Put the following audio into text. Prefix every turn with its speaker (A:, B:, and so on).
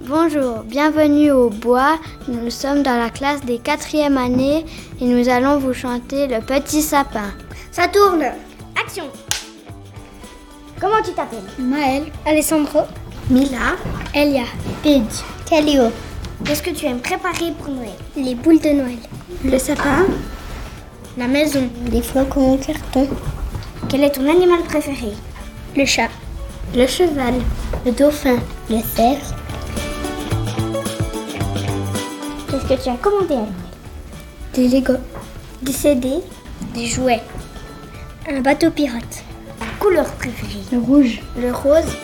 A: Bonjour, bienvenue au bois. Nous sommes dans la classe des quatrièmes années et nous allons vous chanter le petit sapin.
B: Ça tourne. Action. Comment tu t'appelles
C: Maël, Alessandro,
B: Mila.
C: Elia, Paige, Caléo,
B: Qu'est-ce que tu aimes préparer pour Noël
C: les boules de Noël,
B: Le sapin. La maison.
C: les flocons en carton,
B: Quel est ton animal préféré
C: le chat,
B: Le cheval.
C: le dauphin, le cerf,
B: Qu'est-ce que tu as commandé à Noël
C: des Lego,
B: Des CD.
C: des jouets, un bateau pirate,
B: La couleur préférée
C: le rouge,
B: Le rose.